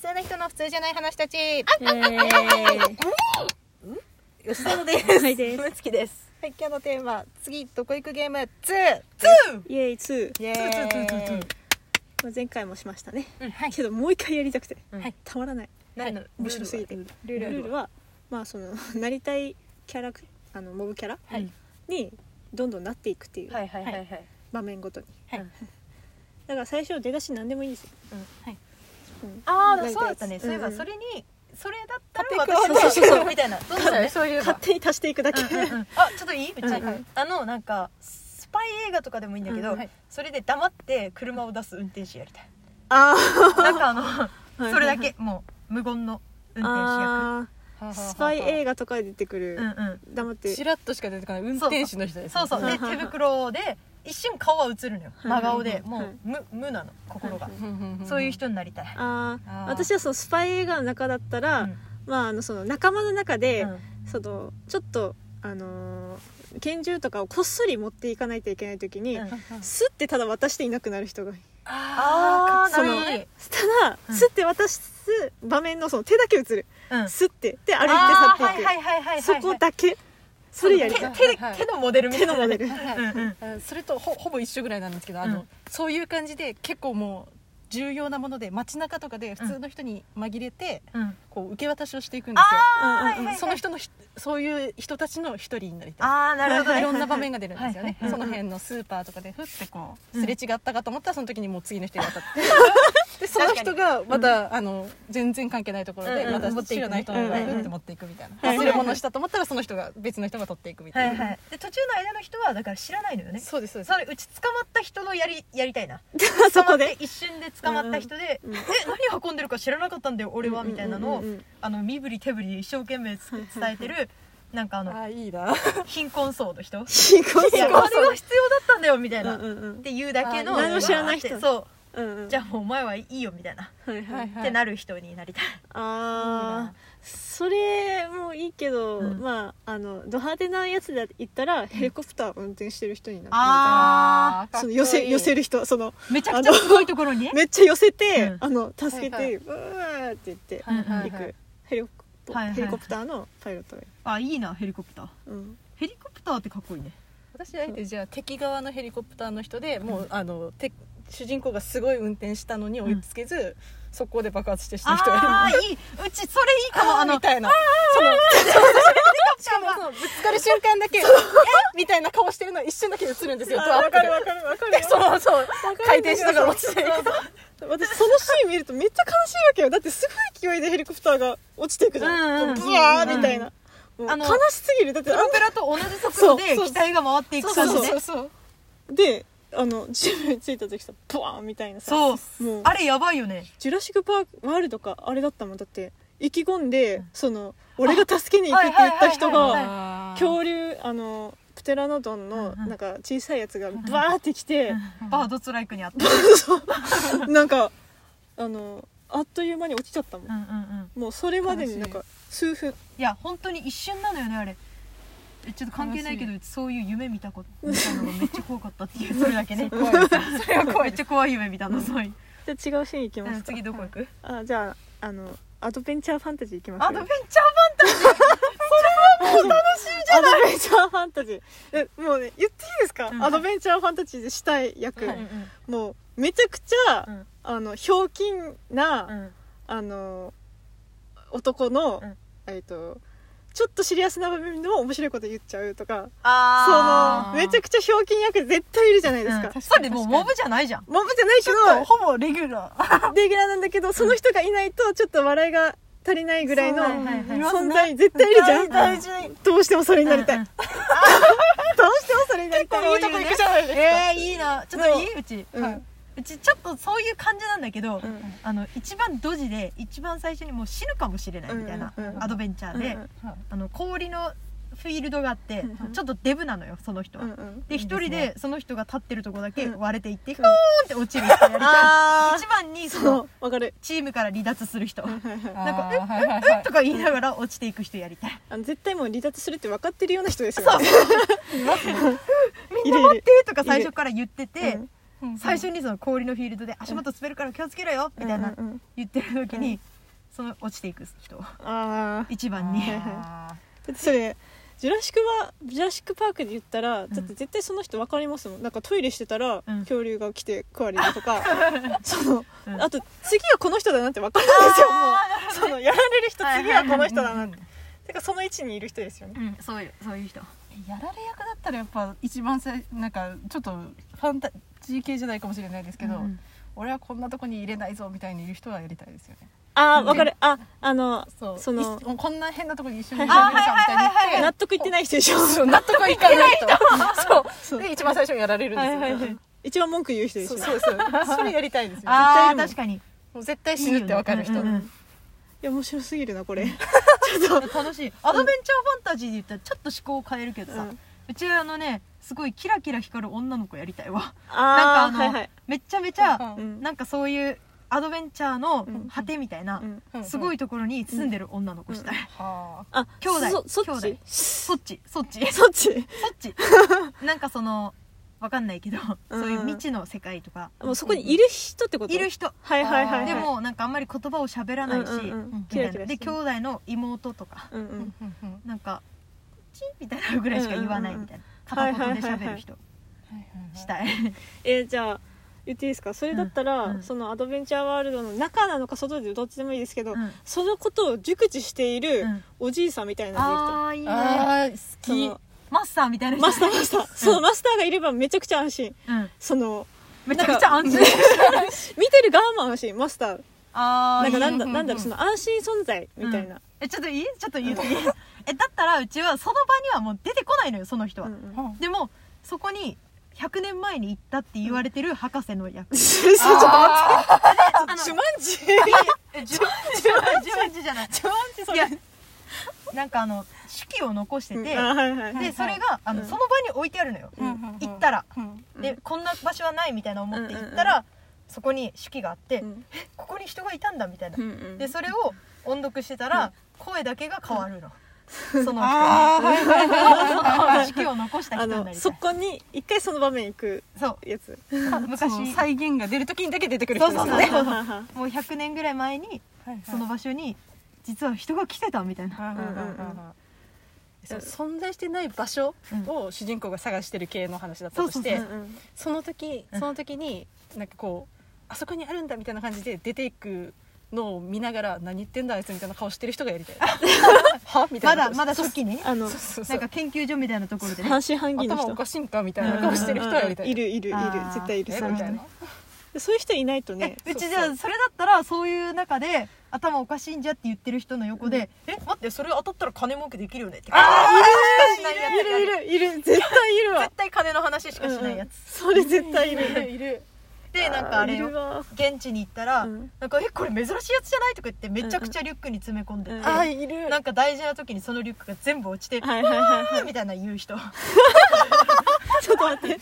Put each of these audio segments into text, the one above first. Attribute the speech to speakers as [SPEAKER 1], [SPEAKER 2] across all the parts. [SPEAKER 1] 通な人の普通じゃない話たち。
[SPEAKER 2] えー、
[SPEAKER 3] 吉沢です。
[SPEAKER 2] はいです
[SPEAKER 3] ムツキです。
[SPEAKER 1] はい、今日のテーマ、次、どこ行くゲーム2。
[SPEAKER 3] ツー
[SPEAKER 2] イエイ2、
[SPEAKER 1] イエーイ。
[SPEAKER 2] まあ、前回もしましたね
[SPEAKER 1] うん、はい。
[SPEAKER 2] けどもう一回やりたくて、
[SPEAKER 3] うん
[SPEAKER 1] はい
[SPEAKER 2] たまらない
[SPEAKER 1] 何の
[SPEAKER 2] 面白すぎて
[SPEAKER 1] ル
[SPEAKER 2] ル
[SPEAKER 1] ールは
[SPEAKER 2] ールはまあその なりたいキャラクあのモブキャラ
[SPEAKER 1] はい。
[SPEAKER 2] にどんどんなっていくっていう
[SPEAKER 3] はいはいはいはい。
[SPEAKER 2] 場面ごとに、
[SPEAKER 1] はい
[SPEAKER 2] うんだから最初出だし何でもいいんですよ、
[SPEAKER 1] はい。
[SPEAKER 2] うん
[SPEAKER 3] あ
[SPEAKER 2] な
[SPEAKER 3] あ、
[SPEAKER 2] り
[SPEAKER 3] そう
[SPEAKER 2] たい
[SPEAKER 3] だ
[SPEAKER 2] やつ
[SPEAKER 3] ったね。そういえば、
[SPEAKER 2] んん
[SPEAKER 3] それに、それだったら
[SPEAKER 2] 勝手に
[SPEAKER 3] 私は、そうみたいな。どうだね。
[SPEAKER 1] そういえば
[SPEAKER 2] 勝。手に足していくだけ、
[SPEAKER 3] うんうんあ、ちょっといいめっち
[SPEAKER 2] うんうん
[SPEAKER 3] ゃ。あの、なんか、スパイ映画とかでもいいんだけ
[SPEAKER 2] う
[SPEAKER 3] ど
[SPEAKER 1] んはい、
[SPEAKER 3] それで黙って車を出す運転手やり たい。
[SPEAKER 2] あ
[SPEAKER 3] なんかあ
[SPEAKER 2] あ
[SPEAKER 3] の、それだけ、もう、無言の運転
[SPEAKER 2] あースパイ映画とかで出てくる、
[SPEAKER 3] 手役。うんうん。
[SPEAKER 2] 黙って
[SPEAKER 1] らっとしか出てこない。運手の人で
[SPEAKER 3] そうそう。で、手袋で、一瞬顔は映るのよ。真顔で、も、
[SPEAKER 2] はいう
[SPEAKER 3] 無、無なの、心が。
[SPEAKER 1] そ
[SPEAKER 3] そうう
[SPEAKER 1] い
[SPEAKER 3] いうう
[SPEAKER 1] 人。
[SPEAKER 3] 人になりたい。
[SPEAKER 2] あー
[SPEAKER 3] あー
[SPEAKER 2] 私はそのスパイ映画の中だったら、
[SPEAKER 3] うん
[SPEAKER 2] まあ、あのその仲間の中で、
[SPEAKER 3] うん
[SPEAKER 2] そのちょっと、あのー拳銃とかをこっそり持っていかないといけない時に、
[SPEAKER 3] うん
[SPEAKER 2] スッてただ渡していなくなる人が
[SPEAKER 3] あー
[SPEAKER 2] そ
[SPEAKER 3] なる
[SPEAKER 2] の
[SPEAKER 3] ほど
[SPEAKER 2] た
[SPEAKER 3] ね
[SPEAKER 2] だ、
[SPEAKER 3] うん
[SPEAKER 2] スッて渡す場面のその手だけ映る、
[SPEAKER 3] うん
[SPEAKER 2] スッてで歩いて
[SPEAKER 3] あー
[SPEAKER 2] 去っていく、
[SPEAKER 3] はいはいはいはいはい
[SPEAKER 2] そこだけそれやりたい
[SPEAKER 3] 手手手のモデルみた
[SPEAKER 2] 手
[SPEAKER 3] いな
[SPEAKER 2] のモデル
[SPEAKER 3] うんうん
[SPEAKER 1] あそれとほほぼ一緒ぐらいなんですけどあの、
[SPEAKER 3] うん
[SPEAKER 1] そういう感じで結構もう重要なもので街中とかで普通の人に紛れて、
[SPEAKER 3] うん
[SPEAKER 1] こう受け渡しをしていくんですよ
[SPEAKER 2] う
[SPEAKER 3] あ
[SPEAKER 2] んうんうん
[SPEAKER 3] ーはいはいはい
[SPEAKER 1] その人のひそういう人たちの一人になりたい
[SPEAKER 3] あーなるほど
[SPEAKER 1] い
[SPEAKER 3] ね
[SPEAKER 1] ろんな場面が出るんですよね、
[SPEAKER 3] はいはいはい
[SPEAKER 1] その辺のスーパーとかでふってこうすれ違ったかと思ったらその時にもう次の人に当たって、 でその人がまた、あの全然関係ないところで、
[SPEAKER 3] うんうん
[SPEAKER 1] また
[SPEAKER 3] 持ってい
[SPEAKER 1] 知ら
[SPEAKER 3] くね
[SPEAKER 1] ないところで
[SPEAKER 2] うんうん
[SPEAKER 1] ふって持っていくみたいな、
[SPEAKER 2] はいはい
[SPEAKER 1] 忘れ物したと思ったらその人が別の人が取っていくみた
[SPEAKER 3] はいい
[SPEAKER 1] な、
[SPEAKER 3] はいで途中の間の人はだから知らないのよね
[SPEAKER 1] そうですそうです
[SPEAKER 3] それうち捕まった人のやりやりたいな
[SPEAKER 2] そこで
[SPEAKER 3] 捕まって一瞬で捕まった人で
[SPEAKER 2] うんうん
[SPEAKER 3] え何運んでるか知らなかったんだよ俺はみたいなのを
[SPEAKER 2] うんうんうんうん
[SPEAKER 3] あの身振り手振りで一生懸命つ伝えてるなんかあ
[SPEAKER 1] あ
[SPEAKER 3] の
[SPEAKER 1] ーいいな
[SPEAKER 3] 貧困層の人
[SPEAKER 2] すごい
[SPEAKER 3] いや
[SPEAKER 2] す
[SPEAKER 3] 金
[SPEAKER 2] ごい
[SPEAKER 3] が必要だったんだよみたいな
[SPEAKER 2] うんうんうん
[SPEAKER 3] っていうだけ
[SPEAKER 1] あ
[SPEAKER 3] の
[SPEAKER 1] ー何も
[SPEAKER 2] 知らない人
[SPEAKER 3] そ
[SPEAKER 2] う
[SPEAKER 3] う
[SPEAKER 2] んうん
[SPEAKER 3] じゃあもうお前はいいよみたいな、
[SPEAKER 2] はいはい
[SPEAKER 3] ってなる人になりたい
[SPEAKER 2] あーそれもいいけど、
[SPEAKER 3] うん
[SPEAKER 2] まああのド派手なやつで言ったらヘリコプター運転してる人になってみたいな
[SPEAKER 3] あ
[SPEAKER 2] その寄せ寄せ
[SPEAKER 1] る
[SPEAKER 2] る人その
[SPEAKER 3] めちゃくちゃすごいところに
[SPEAKER 2] めっちゃ寄せて、
[SPEAKER 3] うん
[SPEAKER 2] あの助けて、
[SPEAKER 1] はいはいう
[SPEAKER 2] ーって言って
[SPEAKER 3] はいはいはい
[SPEAKER 2] 行くヘリコプ
[SPEAKER 3] はいはいはい
[SPEAKER 2] ヘリコプターのパイロットがいる、
[SPEAKER 3] あいいなヘリコプター
[SPEAKER 2] うん、
[SPEAKER 3] ヘリコプターってかっこいいね
[SPEAKER 1] 私あえてじゃあ敵側のヘリコプターの人でもうあのて主人公がすごい運転したのに追いつけず、速攻で爆発して死ぬ人がいる
[SPEAKER 3] あ ーいいうちそれいいかもあ
[SPEAKER 1] あ
[SPEAKER 3] の
[SPEAKER 1] のみ
[SPEAKER 3] ヘリコ
[SPEAKER 1] たいなその
[SPEAKER 3] プターは
[SPEAKER 1] そのぶつかる瞬間だけえみたいな顔してるの一瞬だけ映るんですよドアップで
[SPEAKER 2] かるわかる
[SPEAKER 1] そうそう回転しながら落ちて
[SPEAKER 2] そうそう私そのシーン見るとめっちゃ悲しいわけよだってすごい勢いでヘリコプターが落ちていくじゃん、
[SPEAKER 3] うんうんうん
[SPEAKER 2] ブワーみたいな、もう
[SPEAKER 3] あの
[SPEAKER 2] 悲しすぎるだってあ
[SPEAKER 3] プロ
[SPEAKER 2] ん
[SPEAKER 3] ペラと同じ速度
[SPEAKER 2] そ
[SPEAKER 3] で
[SPEAKER 2] うそう
[SPEAKER 3] 機体が回っていく
[SPEAKER 2] そ
[SPEAKER 3] 感
[SPEAKER 2] う
[SPEAKER 3] じ
[SPEAKER 2] そう
[SPEAKER 3] ね
[SPEAKER 1] そうそう
[SPEAKER 2] であの地面についた時さブワーンみたいなさ
[SPEAKER 3] そう
[SPEAKER 2] もう
[SPEAKER 3] あれやばいよね
[SPEAKER 2] ジュラシック・パークワールドかあれだったもんだって意気込んで、その俺が助けに行くって言った人
[SPEAKER 3] はいはいはいはい
[SPEAKER 2] が
[SPEAKER 1] 今日
[SPEAKER 2] 恐竜あのプテラノドンの
[SPEAKER 3] うんうん
[SPEAKER 2] なんか小さいやつがバーって来て、
[SPEAKER 3] バードストライクにあった
[SPEAKER 2] なんかあのあっという間に落ちちゃったもん、
[SPEAKER 3] うんうんうん
[SPEAKER 2] もうそれまでになん
[SPEAKER 1] 悲
[SPEAKER 2] か数分
[SPEAKER 3] いや本当に一瞬なのよねあれえちょっと関係ないけどそういう夢見た こと見たのがめっちゃ怖かったっていう それだけね
[SPEAKER 1] 怖いですね
[SPEAKER 3] それは怖いめっちゃ怖い夢見たのそういう
[SPEAKER 2] じゃあ違うシーン行きますか
[SPEAKER 3] 次どこ行く
[SPEAKER 2] あじゃああのアドベンチャーファンタジー行きます
[SPEAKER 3] アドベンチャ
[SPEAKER 2] アドベンチャーファンタジーえもうね言っていいですか、
[SPEAKER 3] うん
[SPEAKER 2] アドベンチャーファンタジーでしたい役、
[SPEAKER 3] ー
[SPEAKER 1] は
[SPEAKER 3] バ
[SPEAKER 1] い
[SPEAKER 2] もうめちゃくちゃ、
[SPEAKER 3] うん
[SPEAKER 2] あのひょうきんな、
[SPEAKER 3] うんうん
[SPEAKER 2] あの男の、
[SPEAKER 3] うん
[SPEAKER 2] えっとちょっとシリアスな場面でも面白いこと言っちゃうとか
[SPEAKER 3] あ
[SPEAKER 1] ー
[SPEAKER 2] そのめちゃくちゃひょうきん役絶対いるじゃないです
[SPEAKER 3] ー
[SPEAKER 2] か、
[SPEAKER 3] うんそれでもうモブじゃないじゃん
[SPEAKER 2] モブじゃないけど
[SPEAKER 3] ほぼレギュラー
[SPEAKER 2] レギュラーなんだけどその人がいないとちょっと笑いが足りないぐらいの
[SPEAKER 3] そうはいはいはい
[SPEAKER 2] 存在絶対いるじゃん
[SPEAKER 3] 大事
[SPEAKER 2] どうしてもそれになりたい、
[SPEAKER 3] うんうん
[SPEAKER 2] どうしてもそれになりたい
[SPEAKER 3] 結構
[SPEAKER 2] いいとこ
[SPEAKER 3] いい
[SPEAKER 2] 行くじゃないですか、
[SPEAKER 3] えーいいなちょっといいうち
[SPEAKER 2] うん
[SPEAKER 3] うちちょっとそういう感じなんだけど
[SPEAKER 2] ん
[SPEAKER 3] あの一番ドジで一番最初にもう死ぬかもしれないみたいな
[SPEAKER 2] うんうんうん
[SPEAKER 3] アドベンチャーで
[SPEAKER 2] うんうん
[SPEAKER 3] あの氷のフィールドがあって
[SPEAKER 2] うんうん
[SPEAKER 3] ちょっとデブなのよその人
[SPEAKER 2] う
[SPEAKER 3] は
[SPEAKER 2] んうん
[SPEAKER 3] で
[SPEAKER 1] いい
[SPEAKER 3] 一
[SPEAKER 1] ですね
[SPEAKER 3] 人でその人が立ってるとこだけ
[SPEAKER 2] うん
[SPEAKER 3] 割れていってフーンって落ちる人やり
[SPEAKER 2] あ
[SPEAKER 3] たい一番に
[SPEAKER 2] あ
[SPEAKER 3] その
[SPEAKER 2] そうわかる
[SPEAKER 3] チームから離脱する人
[SPEAKER 2] はいはいは
[SPEAKER 1] な
[SPEAKER 2] い
[SPEAKER 3] な
[SPEAKER 1] んかはいはい
[SPEAKER 3] んか
[SPEAKER 1] はい
[SPEAKER 3] とか言いながら落ちていく人やりたい
[SPEAKER 2] あの絶対もう離脱するって分かってるような人ですよね
[SPEAKER 3] みんな待ってとか最初から言ってて
[SPEAKER 2] うん
[SPEAKER 3] 最初にその氷のフィールドで足元滑るから気をつけろよみたいな
[SPEAKER 2] うんうんうん
[SPEAKER 3] 言ってる時にその落ちていく人
[SPEAKER 2] ああ
[SPEAKER 3] 一番に
[SPEAKER 2] あだってそれジュラシックはジュラシック・パークで言ったらだって絶対その人分かりますもんなんかトイレしてたら、
[SPEAKER 3] うん
[SPEAKER 2] 恐竜が来て食われると かその
[SPEAKER 3] うん
[SPEAKER 2] あと次はこの人だなって分かるんですよもう
[SPEAKER 3] あ
[SPEAKER 2] そのやられる人
[SPEAKER 3] はい
[SPEAKER 2] 次はこの人だ
[SPEAKER 3] はい
[SPEAKER 2] な
[SPEAKER 3] は
[SPEAKER 2] いっ
[SPEAKER 3] はい
[SPEAKER 2] ててかその位置にいる人ですよね
[SPEAKER 3] ーうんそういうそういう人
[SPEAKER 1] やられ役だったらやっぱ一番さなんかちょっとファンタジー系じゃないかもしれないですけど、
[SPEAKER 3] うん
[SPEAKER 1] 俺はこんなとこに入れないぞみたいに言う人はやりたいですよね
[SPEAKER 2] ああ
[SPEAKER 3] うん
[SPEAKER 2] 分かるああの
[SPEAKER 1] そう
[SPEAKER 2] その
[SPEAKER 1] いもうこんな変なとこに一緒に
[SPEAKER 2] は
[SPEAKER 1] 入
[SPEAKER 2] い
[SPEAKER 1] れるかみたいに言って、
[SPEAKER 3] はいはいはいはい
[SPEAKER 2] 納得いってない人でしょ
[SPEAKER 1] そう納得いかないとそ
[SPEAKER 2] そう
[SPEAKER 1] うで一番最初にやられるんですよ、
[SPEAKER 2] 一番文句言う人でし
[SPEAKER 1] そ
[SPEAKER 2] ょ
[SPEAKER 1] うそうそうそれやりたいですよ
[SPEAKER 3] あ
[SPEAKER 2] いる
[SPEAKER 3] ー
[SPEAKER 2] もん
[SPEAKER 3] 確かに
[SPEAKER 1] もう絶対死ぬってわかる人
[SPEAKER 3] いいよねうんうん
[SPEAKER 2] いや面白すぎるなこれ
[SPEAKER 3] 楽しいアドベンチャーファンタジーで言ったらちょっと思考を変えるけどさ、う
[SPEAKER 2] うん
[SPEAKER 3] ちあのねすごいキラキラ光る女の子やりたいわ
[SPEAKER 2] あ
[SPEAKER 3] なん
[SPEAKER 2] ー
[SPEAKER 3] かあの、
[SPEAKER 2] はいはい
[SPEAKER 3] めっちゃめちゃ、
[SPEAKER 1] う
[SPEAKER 2] うん
[SPEAKER 3] なんかそういうアドベンチャーの
[SPEAKER 2] うん
[SPEAKER 3] 果てみたいな、
[SPEAKER 2] うん
[SPEAKER 1] うん
[SPEAKER 3] すごいところに住んでる女の子したい、
[SPEAKER 1] はあ
[SPEAKER 2] あ
[SPEAKER 3] 兄弟
[SPEAKER 2] そそっ
[SPEAKER 3] 兄
[SPEAKER 2] ち
[SPEAKER 3] 弟そっちそっちそ
[SPEAKER 2] そっち
[SPEAKER 3] っ ちなんかそのわかんないけど、
[SPEAKER 2] うん
[SPEAKER 3] そういう未知の世界とか
[SPEAKER 2] もうそこにいる人ってこと
[SPEAKER 3] いる人
[SPEAKER 2] はいはいはいはい
[SPEAKER 3] でもなんかあんまり言葉を喋らないし、
[SPEAKER 2] うんうんうん
[SPEAKER 1] み
[SPEAKER 3] み
[SPEAKER 2] キ
[SPEAKER 3] た
[SPEAKER 2] ラ
[SPEAKER 3] い
[SPEAKER 2] キ
[SPEAKER 3] な
[SPEAKER 2] ラ
[SPEAKER 3] で兄弟の妹とか
[SPEAKER 2] うんうん
[SPEAKER 3] なんか「チン」みたいなぐらいしか言わないみたいな片言で喋る人し
[SPEAKER 1] い
[SPEAKER 3] たい
[SPEAKER 2] えーじゃあ言っていいですかそれだったら、
[SPEAKER 3] うんうん
[SPEAKER 2] そのアドベンチャーワールドの中なのか外でどっちでもいいですけど、
[SPEAKER 3] うん
[SPEAKER 2] そのことを熟知している
[SPEAKER 3] うん
[SPEAKER 2] おじいさんみたいな
[SPEAKER 3] あーいいね
[SPEAKER 1] あー
[SPEAKER 2] 人、そ
[SPEAKER 1] 好
[SPEAKER 2] の
[SPEAKER 3] マスターみたいな 人
[SPEAKER 2] マスターマスターそのマスターがいればめちゃくちゃ安心
[SPEAKER 3] うん
[SPEAKER 2] その
[SPEAKER 3] めちゃくちゃ安心
[SPEAKER 2] 見てる側も安心マスター
[SPEAKER 3] あ
[SPEAKER 2] な
[SPEAKER 3] ー
[SPEAKER 2] んかなんだ
[SPEAKER 1] いいね
[SPEAKER 2] なんだろうその安心存在みたいな、
[SPEAKER 3] えちょっといいちょっと言っていいえだったらうちはその場にはもう出てこないのよその人
[SPEAKER 2] う
[SPEAKER 3] は
[SPEAKER 2] んうん
[SPEAKER 1] きうん
[SPEAKER 3] でもそこに100年前に行ったって言われてる博士の役
[SPEAKER 2] そう ちょっと待 ってジュマンジ
[SPEAKER 3] え自分自分自分じゃ ない
[SPEAKER 2] ジュマンジそ
[SPEAKER 3] い
[SPEAKER 2] れ
[SPEAKER 3] やなんかあの手記を残してて
[SPEAKER 2] うんあはいはい、
[SPEAKER 3] でそれがあの
[SPEAKER 2] うん
[SPEAKER 3] その場に置いてあるのよ
[SPEAKER 2] うん
[SPEAKER 3] 行ったら
[SPEAKER 1] うん
[SPEAKER 3] で、
[SPEAKER 2] うん
[SPEAKER 3] こんな場所はないみたいな思って行った
[SPEAKER 2] うんうん
[SPEAKER 3] ら、そこに手記があって、
[SPEAKER 2] うん
[SPEAKER 3] ここに人がいたんだみたいな、
[SPEAKER 2] うんうん
[SPEAKER 3] でそれを音読してたら、声だけが変わるの、その
[SPEAKER 1] あーはいはいはい
[SPEAKER 3] 手記を残した
[SPEAKER 2] あ
[SPEAKER 3] 人にな
[SPEAKER 2] の
[SPEAKER 3] りた
[SPEAKER 2] そ
[SPEAKER 3] い
[SPEAKER 2] こに一回その場面行く
[SPEAKER 3] そう
[SPEAKER 2] やつ
[SPEAKER 3] 昔
[SPEAKER 1] そう再現が出る時にだけ出てくる
[SPEAKER 3] そ
[SPEAKER 1] 人
[SPEAKER 3] う
[SPEAKER 1] で
[SPEAKER 3] そ
[SPEAKER 1] す
[SPEAKER 3] う
[SPEAKER 1] ね
[SPEAKER 3] そう
[SPEAKER 2] ははは
[SPEAKER 3] もう100年ぐらい前にその場所に実は人が来てたみたいな、
[SPEAKER 1] はいはいはいはい
[SPEAKER 2] うん
[SPEAKER 1] そう存在してない場所
[SPEAKER 3] うん
[SPEAKER 1] を主人公が探してる系の話だったとして、
[SPEAKER 3] そう
[SPEAKER 2] ん
[SPEAKER 3] そ
[SPEAKER 2] うん
[SPEAKER 1] その時
[SPEAKER 3] うん
[SPEAKER 1] その時になんかこうあそこにあるんだみたいな感じで出ていくのを見ながら何言ってんだあいつみたいな顔してる人がやりたい はみた
[SPEAKER 3] ま
[SPEAKER 1] いな
[SPEAKER 3] だまだ初期ね
[SPEAKER 2] あの
[SPEAKER 1] そうそうそ
[SPEAKER 3] な
[SPEAKER 1] うん
[SPEAKER 3] か研究所みたいなところでね
[SPEAKER 2] 半信半疑の
[SPEAKER 1] 頭お
[SPEAKER 2] 人
[SPEAKER 1] かしいんかみたいな顔してる人はやりたい
[SPEAKER 2] いるいるいる
[SPEAKER 3] あー
[SPEAKER 2] 絶対いる
[SPEAKER 1] え
[SPEAKER 2] そういう
[SPEAKER 1] み
[SPEAKER 2] 人
[SPEAKER 1] たいな
[SPEAKER 2] そういう人いないとね
[SPEAKER 3] うちじゃあそれだったらそういう中で頭おかしいんじゃって言ってる人の横で「え待ってそれ当たったら金儲けできるよね」って
[SPEAKER 2] あ
[SPEAKER 3] しないやつ
[SPEAKER 2] いるいるいるいる絶対いるわ
[SPEAKER 3] 絶対金の話しかしないやつ、
[SPEAKER 2] それ絶対いる
[SPEAKER 1] いる
[SPEAKER 3] でなんかあれ
[SPEAKER 2] いる
[SPEAKER 3] よ
[SPEAKER 2] わ
[SPEAKER 3] 現地に行ったら、
[SPEAKER 2] うん
[SPEAKER 3] なんか「えこれ珍しいやつじゃない?」とか言ってめちゃくちゃリュックに詰め込んでて、
[SPEAKER 2] うん
[SPEAKER 1] あいる
[SPEAKER 3] なんか大事な時にそのリュックが全部落ちて「
[SPEAKER 2] はいはいはいは
[SPEAKER 3] あーみたいな言う人
[SPEAKER 2] いちょっと待 って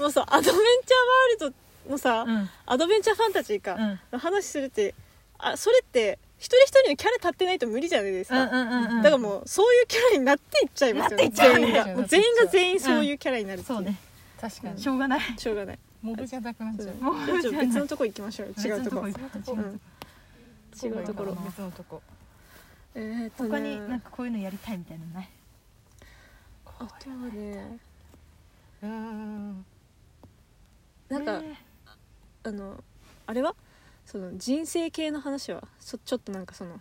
[SPEAKER 2] もうさアドベンチャーワールドのさ
[SPEAKER 3] うん
[SPEAKER 2] アドベンチャーファンタジー
[SPEAKER 3] うん
[SPEAKER 2] かの話するってあそれって一人一人のキャラ立ってないと無理じゃないです
[SPEAKER 3] うん
[SPEAKER 2] か
[SPEAKER 3] うんうんうん
[SPEAKER 2] だからもうそういうキャラになっていっちゃいますよね
[SPEAKER 3] なっていっちゃう
[SPEAKER 2] 全員が
[SPEAKER 1] ね
[SPEAKER 2] もう全員が全員そういうキャラになるってい
[SPEAKER 3] そうね
[SPEAKER 1] 確かに
[SPEAKER 3] しょうがない
[SPEAKER 2] しょうがない
[SPEAKER 1] モブじゃなくなっちゃう
[SPEAKER 2] もうちょっと別のとこ行きましょう違
[SPEAKER 3] 別
[SPEAKER 2] う
[SPEAKER 3] の
[SPEAKER 2] とこ
[SPEAKER 3] 行く
[SPEAKER 1] 違
[SPEAKER 2] う
[SPEAKER 1] うん
[SPEAKER 2] 違うところ
[SPEAKER 1] 別のとこ
[SPEAKER 2] えーっとね
[SPEAKER 3] 他になんかこういうのやりたいみたいなのない
[SPEAKER 2] あとはね
[SPEAKER 1] うーん
[SPEAKER 2] なんか、
[SPEAKER 3] ね
[SPEAKER 2] あのあれはその人生系の話はそちょっとなんかその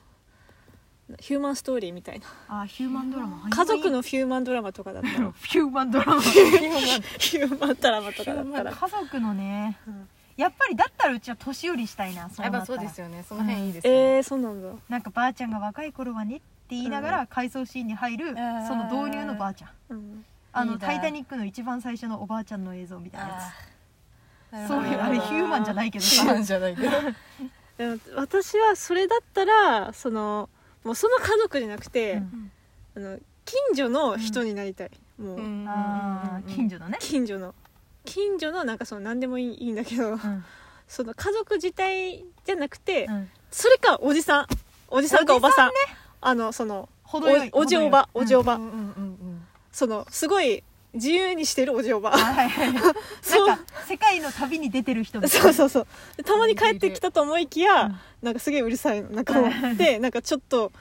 [SPEAKER 2] ヒューマンストーリーみたいな
[SPEAKER 3] あーヒューマンドラマ
[SPEAKER 2] 家族のヒューマンドラマとかだったら
[SPEAKER 3] ヒューマンドラ マ
[SPEAKER 2] ヒューマンドラマとかだったら
[SPEAKER 3] 家族のね、
[SPEAKER 2] うん
[SPEAKER 3] やっぱりだったらうちは年寄りしたいなそう
[SPEAKER 1] や
[SPEAKER 3] な
[SPEAKER 1] っ
[SPEAKER 3] った
[SPEAKER 1] ぱそう
[SPEAKER 3] ら
[SPEAKER 1] ですよねその辺いいですよね
[SPEAKER 2] えー、そうなんだ
[SPEAKER 3] なんかばあちゃんが若い頃はねって言いながら回想シーンに入る、
[SPEAKER 1] ん
[SPEAKER 3] その導入のばあちゃん
[SPEAKER 2] うん
[SPEAKER 3] あの
[SPEAKER 1] いいな
[SPEAKER 3] タイタニック」の一番最初のおばあちゃんの映像みたいなや
[SPEAKER 1] な
[SPEAKER 3] つ
[SPEAKER 1] る
[SPEAKER 3] そ
[SPEAKER 1] ほ
[SPEAKER 3] う
[SPEAKER 1] ど
[SPEAKER 3] いうあれヒューマンじゃないけど
[SPEAKER 1] ヒューマン
[SPEAKER 3] さ
[SPEAKER 1] じゃないけど
[SPEAKER 2] でも私はそれだったらそのもうその家族じゃなくて、
[SPEAKER 3] うん
[SPEAKER 2] あの近所の人になりたい、もう、
[SPEAKER 3] あー近所のね、
[SPEAKER 2] 近所の近所のなんかその何でもいいいいんだけど、
[SPEAKER 3] うん
[SPEAKER 2] その家族自体じゃなくて、
[SPEAKER 3] うん、
[SPEAKER 2] それかおじさんおじさんかおばさん
[SPEAKER 3] お
[SPEAKER 2] あのその
[SPEAKER 3] 程よい
[SPEAKER 2] おおじおば
[SPEAKER 3] 程
[SPEAKER 2] お
[SPEAKER 3] よい
[SPEAKER 2] じおば、
[SPEAKER 1] うんうんうんうん
[SPEAKER 2] そのすごい自由にしてるおじおば
[SPEAKER 3] あはいはいはい
[SPEAKER 2] そう
[SPEAKER 3] なんか世界の旅に出てる人みたい
[SPEAKER 2] そうそうそうでたまに帰ってきたと思いきや、
[SPEAKER 3] うん
[SPEAKER 2] なんかすげえうるさいのなんかも
[SPEAKER 3] は
[SPEAKER 2] うでなんかちょっと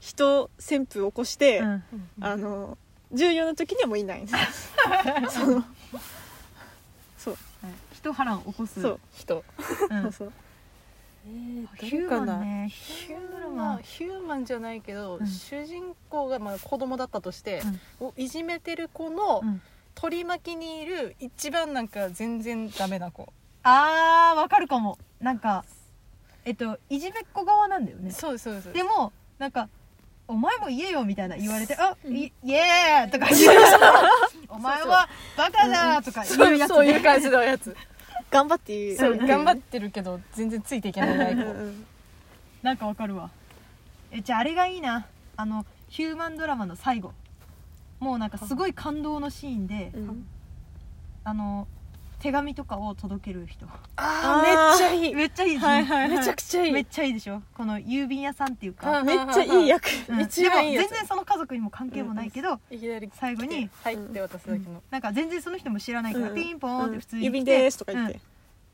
[SPEAKER 2] 人旋風起こして、
[SPEAKER 3] な、うん
[SPEAKER 2] あの重要な時にはもうい ないんですそのそう
[SPEAKER 3] はい人波乱を起こす
[SPEAKER 2] そう、
[SPEAKER 1] 人
[SPEAKER 3] うん
[SPEAKER 2] そうそう
[SPEAKER 1] え
[SPEAKER 3] ヒューマンねヒューマンドラマ
[SPEAKER 1] ヒューマンじゃないけど、
[SPEAKER 3] うん
[SPEAKER 1] 主人公がまあ子供だったとして、をいじめてる子の
[SPEAKER 3] うん
[SPEAKER 1] 取り巻きにいる一番なんか全然ダメな子、
[SPEAKER 3] あーわかるかもなんかえっといじめっ子側なんだよね
[SPEAKER 1] そうですそうです
[SPEAKER 3] でもなんか「お前も言えよ」みたいな言われて「あ
[SPEAKER 2] うん
[SPEAKER 3] いイエーイ!」とか言う「 お前はバカだ!」とか
[SPEAKER 1] そ
[SPEAKER 3] 言
[SPEAKER 1] う
[SPEAKER 3] う
[SPEAKER 1] いう
[SPEAKER 3] やつ
[SPEAKER 1] そういう
[SPEAKER 3] ね
[SPEAKER 1] 感じのやつ
[SPEAKER 2] 頑張って言う
[SPEAKER 1] そう頑張
[SPEAKER 2] っ
[SPEAKER 1] ってるけど全然ついていけない子
[SPEAKER 3] なんかわかるわえじゃああれがいいなあのヒューマンドラマの最後もうなんかすごい感動のシーンで、あの手紙とかを届ける人
[SPEAKER 1] あーめっちゃいい
[SPEAKER 3] めっちゃいいですね、
[SPEAKER 1] はいはい、はい、めちゃくちゃいい
[SPEAKER 3] めっちゃいいでしょこの郵便屋さんっていうか、
[SPEAKER 1] うん
[SPEAKER 2] めっちゃいい役
[SPEAKER 3] うん
[SPEAKER 1] 一番いい
[SPEAKER 3] で
[SPEAKER 1] や
[SPEAKER 3] も
[SPEAKER 1] つ
[SPEAKER 3] 全然その家族にも関係もないけど、
[SPEAKER 1] いきなり
[SPEAKER 3] 最後に
[SPEAKER 1] 入って渡すだけの、
[SPEAKER 3] なんか全然その人も知らないから、
[SPEAKER 2] うん
[SPEAKER 3] ピンポーンって普通に来て、
[SPEAKER 2] 郵便ですとか言って、
[SPEAKER 3] うん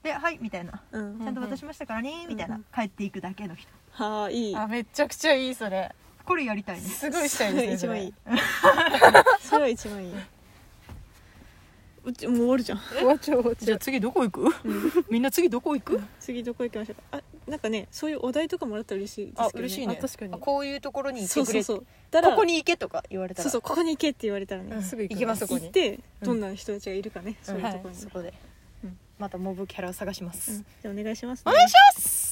[SPEAKER 3] で「はい」みたいな
[SPEAKER 2] うん
[SPEAKER 3] 「ちゃんと渡しましたからね」みたいな、
[SPEAKER 2] うん
[SPEAKER 3] 帰っていくだけの人
[SPEAKER 2] はあいい
[SPEAKER 1] あめちゃくちゃいいそれ
[SPEAKER 3] これやりたいね
[SPEAKER 1] すごいしたいですね
[SPEAKER 2] 一
[SPEAKER 1] そ
[SPEAKER 2] 番
[SPEAKER 1] れ
[SPEAKER 2] いいそれは一番いいうちもう終わるじゃん
[SPEAKER 1] 終わっちゃう終わっちゃう
[SPEAKER 3] 次どこ行くみんな次どこ行く
[SPEAKER 2] 次どこ行きましょうかあなんかねそういうお題とかもらったら嬉しいですけど、ね、
[SPEAKER 1] ねあ確かに
[SPEAKER 3] こういうところに
[SPEAKER 2] そうそうそうだから
[SPEAKER 3] ここに行けとか言われた
[SPEAKER 2] そ
[SPEAKER 3] ら
[SPEAKER 2] うそうここに行けって言われたらね、
[SPEAKER 1] うんすぐ行
[SPEAKER 3] 行きます
[SPEAKER 1] そ
[SPEAKER 2] 行
[SPEAKER 1] こ
[SPEAKER 2] っ
[SPEAKER 1] に
[SPEAKER 2] て
[SPEAKER 1] うん
[SPEAKER 2] どんな人たちがいるかね、そういうところに、
[SPEAKER 3] そこ
[SPEAKER 2] う
[SPEAKER 3] で、
[SPEAKER 2] ん
[SPEAKER 3] またモブキャラを探します、
[SPEAKER 2] うんじゃあお願いします、
[SPEAKER 3] お願いします